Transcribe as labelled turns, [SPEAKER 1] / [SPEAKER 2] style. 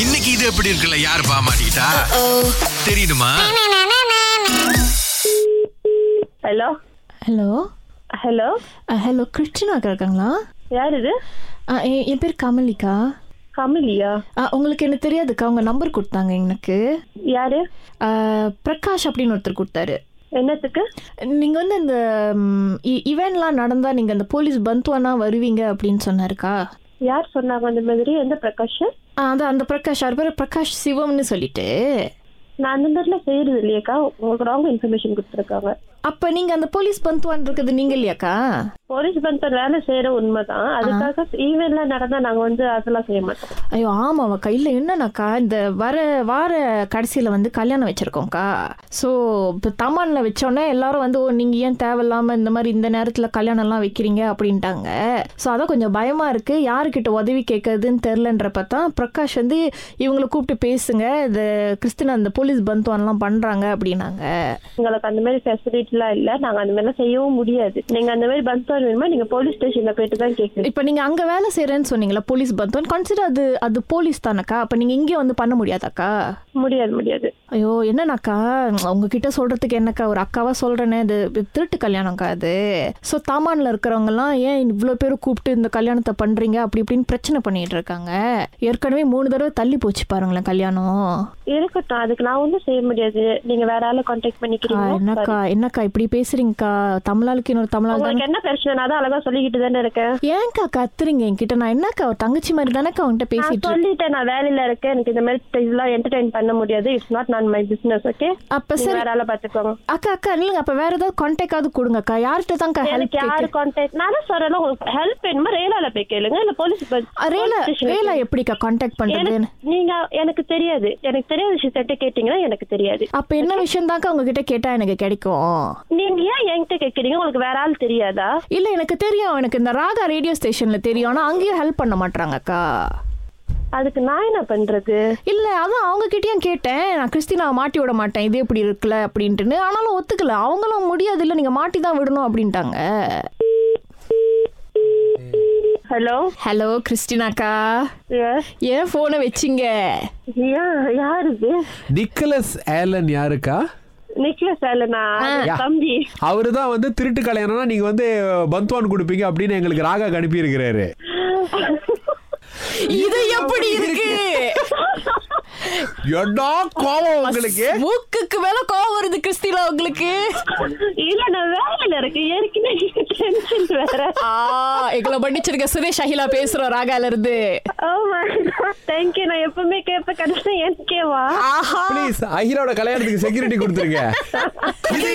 [SPEAKER 1] இன்னைக்கு இது எப்படி இருக்குல்ல யார் பாமாட்டா தெரியுமா
[SPEAKER 2] hello
[SPEAKER 3] hello
[SPEAKER 2] hello
[SPEAKER 3] hello Christina இருக்காங்களா
[SPEAKER 2] யார் இது
[SPEAKER 3] ஆ, Uh, எ- என் பேர் கமலிகா
[SPEAKER 2] கமலியா
[SPEAKER 3] ஆ, உங்களுக்கு என்ன தெரியாதுக்கா உங்கள் நம்பர் கொடுத்தாங்க எனக்கு
[SPEAKER 2] யாரு
[SPEAKER 3] ஆ, பிரகாஷ் அப்படின்னு ஒருத்தர் கொடுத்தாரு
[SPEAKER 2] என்னத்துக்கு
[SPEAKER 3] நீங்கள் வந்து இந்த ம், இ- இவெண்ட்லாம் நடந்தால் நீங்கள் அந்த போலீஸ் பந்துவானா வருவீங்க அப்படின்னு சொன்னாருக்கா
[SPEAKER 2] யார் சொன்னாங்க அந்த மாதிரி எந்த பிரகாஷ்
[SPEAKER 3] ஆ, அதான் அந்த பிரகாஷ் அவர் பேர் பிரகாஷ் சிவம்னு சொல்லிட்டு
[SPEAKER 2] நான் அந்த மாதிரிலாம் செய்யறது இல்லையேக்கா உங்களுக்கு ராங் இன்ஃபர்மேஷன் கொடுத்துருக்காங்க
[SPEAKER 3] அப்போ நீங்கள் அந்த போலீஸ் பந்துவான் இருக்கிறது நீங்கள் இல்லையாக்கா
[SPEAKER 2] போலீஸ் பந்தர் வேலை செய்யற உண்மைதான் அதுக்காக ஈவெண்ட்லாம் நடந்தா நாங்க வந்து அதெல்லாம் செய்ய மாட்டோம்
[SPEAKER 3] ஐயோ ஆமாவா கையில் என்னன்னாக்கா இந்த வர வார கடைசியில் வந்து கல்யாணம் வச்சுருக்கோம்க்கா ஸோ இப்போ தமானில் வச்சோன்னே எல்லாரும் வந்து ஓ நீங்கள் ஏன் தேவையில்லாமல் இந்த மாதிரி இந்த நேரத்தில் கல்யாணம்லாம் வைக்கிறீங்க அப்படின்ட்டாங்க ஸோ அதான் கொஞ்சம் பயமாக இருக்குது யாருக்கிட்ட உதவி கேட்கறதுன்னு தெரிலன்றப்ப தான் பிரகாஷ் வந்து இவங்களை கூப்பிட்டு பேசுங்க இந்த கிறிஸ்தின் அந்த போலீஸ் பந்துவான்லாம் பண்ணுறாங்க அப்படின்னாங்க
[SPEAKER 2] உங்களுக்கு அந்த மாதிரி ஃபெசிலிட்டிலாம் இல்ல நாங்க அந்த மாதிரிலாம் செய்யவும் முடியாது நீங்க அந்த மாதிரி பந்தர் வேணுமா நீங்க போலீஸ் ஸ்டேஷன்ல போயிட்டு தான் கேட்கணும்
[SPEAKER 3] இப்போ நீங்கள் அங்கே வேலை செய்கிறேன்னு சொன்னீங்களா போலீஸ் பந்துவான் கன்சிடர் அது அது போலீஸ் தானக்கா அப்போ நீங்கள் இங்கே வந்து பண்ண முடியாதாக்கா
[SPEAKER 2] முடியாது முடியாது
[SPEAKER 3] ஐயோ என்னன்னாக்கா உங்ககிட்ட சொல்றதுக்கு என்னக்கா ஒரு அக்காவா சொல்றேனே இது இது திருட்டு கல்யாணம்க்கா அது ஸோ தாமான்ல இருக்கிறவங்கலாம் ஏன் இவ்வளோ பேர் கூப்பிட்டு இந்த கல்யாணத்தை பண்றீங்க அப்படி இப்படின்னு பிரச்சனை பண்ணிட்டு இருக்காங்க ஏற்கனவே மூணு தடவை தள்ளி போச்சு பாருங்களேன் கல்யாணம்
[SPEAKER 2] இருக்கட்டும் அதுக்கு நான் ஒன்றும் செய்ய முடியாது நீங்க வேற ஆளை கான்டாக்ட்
[SPEAKER 3] ஆ,
[SPEAKER 2] பண்ணிக்கிறீங்க
[SPEAKER 3] என்னக்கா என்னக்கா இப்படி பேசுறீங்கக்கா தமிழாளுக்கு இன்னொரு தமிழாள் தானே
[SPEAKER 2] உங்களுக்கு என்ன பிரச்சனைனா தான் அழகா சொல்லிக்கிட்டு தானே இருக்கேன்
[SPEAKER 3] ஏன்க்கா கத்துறீங்க என்கிட்ட நான் என்னக்கா ஒரு தங்கச்சி மாதிரி தானக்கா அவன்கிட்ட பேசிட்டு
[SPEAKER 2] நான்
[SPEAKER 3] இருக்கேன்?
[SPEAKER 2] சொல்லிட்டேன் நான் வேலையில இருக்கேன் எனக்கு இந்த மாதிரி இதெல்லாம் என்டர்டைன் பண்ண முடியாது இட்ஸ் நாட் நான் மை பிசினஸ் ஓகே
[SPEAKER 3] அப்ப சரி
[SPEAKER 2] வேற ஆளை பாத்துக்கோங்க
[SPEAKER 3] அக்கா அக்கா இல்லைங்க அப்ப வேற ஏதாவது கான்டாக்டாவது கொடுங்கக்கா யார்கிட்ட தான்க்கா ஹெல்ப்
[SPEAKER 2] எனக்கு யாரு கான்டாக்ட் நான் தான் சொல்றேன் உங்களுக்கு ஹெல்ப் வேணுமா ரேலால போய் கேளுங்க இல்ல போலீஸ்
[SPEAKER 3] ரேலா ரேலா எப்படிக்கா கான்டாக்ட் பண்றதுன்னு
[SPEAKER 2] எனக்கு நீங்க எனக்கு தெரியாது எனக்கு தெரியாத விஷயத்த கேட்டீங்கன்னா எனக்கு தெரியாது
[SPEAKER 3] அப்ப என்ன விஷயம் தாக்கா உங்ககிட்ட கேட்டா எனக்கு கிடைக்கும்
[SPEAKER 2] நீங்க ஏன் என்கிட்ட கேக்குறீங்க உங்களுக்கு வேற ஆள் தெரியாதா
[SPEAKER 3] இல்ல எனக்கு தெரியும் எனக்கு இந்த ராகா ரேடியோ ஸ்டேஷன்ல தெரியும் ஆனா அங்கேயும் ஹெல்ப் பண்ண மாட்றாங்கக்கா
[SPEAKER 2] அதுக்கு நான் என்ன பண்றது
[SPEAKER 3] இல்ல அதான் அவங்க கிட்டயும் கேட்டேன் நான் கிறிஸ்டினாவை மாட்டி விட மாட்டேன் இது எப்படி இருக்குல்ல அப்படின்ட்டுன்னு ஆனாலும் ஒத்துக்கல அவங்களும் முடியாது இல்ல நீங்க மாட்டி தான் விடணும் அப்படின்ட்டாங்க
[SPEAKER 2] ஹலோ
[SPEAKER 3] ஹலோ கிறிஸ்டினாக்கா
[SPEAKER 2] எஸ்
[SPEAKER 3] ஏன் போனை வச்சிங்க
[SPEAKER 2] ஏன் யாரு இது
[SPEAKER 4] நிக்கலஸ் ஏலன் யாருக்கா
[SPEAKER 2] நிக்லஸ் அல்லனா தம்பி
[SPEAKER 4] அவரு தான் வந்து திருட்டு கல்யாணம்னா நீங்க வந்து பந்த்வான் கொடுப்பீங்க அப்படின்னு எங்களுக்கு ராகா அனுப்பி இருக்கிறாரு
[SPEAKER 3] இது எப்படி இருக்கு
[SPEAKER 4] எடா கோவம் உங்களுக்கு
[SPEAKER 3] மூக்குக்கு மேல கோவம் வருது கிறிஸ்டினா உங்களுக்கு
[SPEAKER 2] இல்ல நான் வேலையில இருக்கேன் ஏற்கனவே டென்ஷன் வேற
[SPEAKER 3] ஆ, எங்களை பண்ணிச்சிருக்க சுரேஷ் அகிலா பேசுறோம் ராகால இருந்து
[SPEAKER 2] Oh தேங்க்யூ நான் எப்பவுமே கேட்ப கடைசி எனக்கேவா
[SPEAKER 3] ஆஹா
[SPEAKER 4] ப்ளீஸ் அஹிரோட கல்யாணத்துக்கு செக்யூரிட்டி கொடுத்துருங்க இது